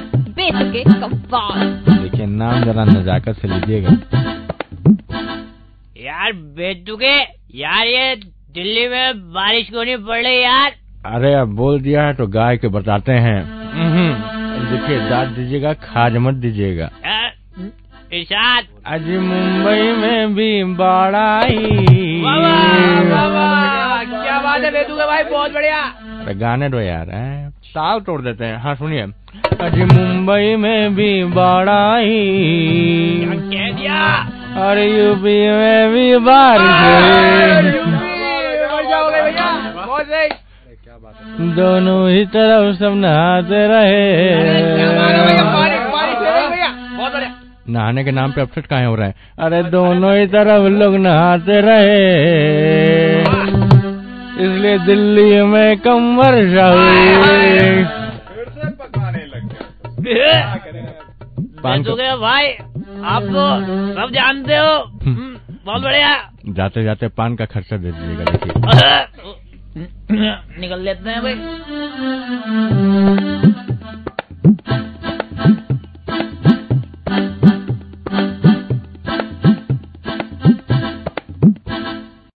लगे कव्वाल लेकिन नाम जरा नजाकत से लीजिएगा यार बेतुके यार ये दिल्ली में बारिश क्यों नहीं पड़ रही यार अरे अब बोल दिया है तो गाय के बताते हैं देखिए डांट दीजिएगा खाज मत दीजिएगा यार इशाद आज मुंबई में भी बाढ़ आई वाह वाह वाह क्या बात है बेतुके भाई बहुत बढ़िया अरे गाने दो यार हैं? ताल तोड़ देते हैं हाँ सुनिए आज मुंबई में भी बाढ़ क्या आई कह दिया हाँ, और यूपी में भी बारिश हुई यूपी, बढ़िया हो गए भैया बहुत सही दोनों ही तरफ सब नहाते क्या बात है भैया, रहे बारिश बारिश हो रही है भैया बहुत बढ़िया नहाने के नाम पे अपसेट काहे हो रहा है अरे दोनों ही तरफ लोग नहाते रहे इसलिए दिल्ली में कम वर्षा हुई फिर से पकाने लग गया क्या बे- करें पान को- बेतुके भाई आप तो सब जानते हो हम्म, बहुत बढ़िया जाते जाते पान का खर्चा दे दीजिएगा देखिए निकल लेते हैं भाई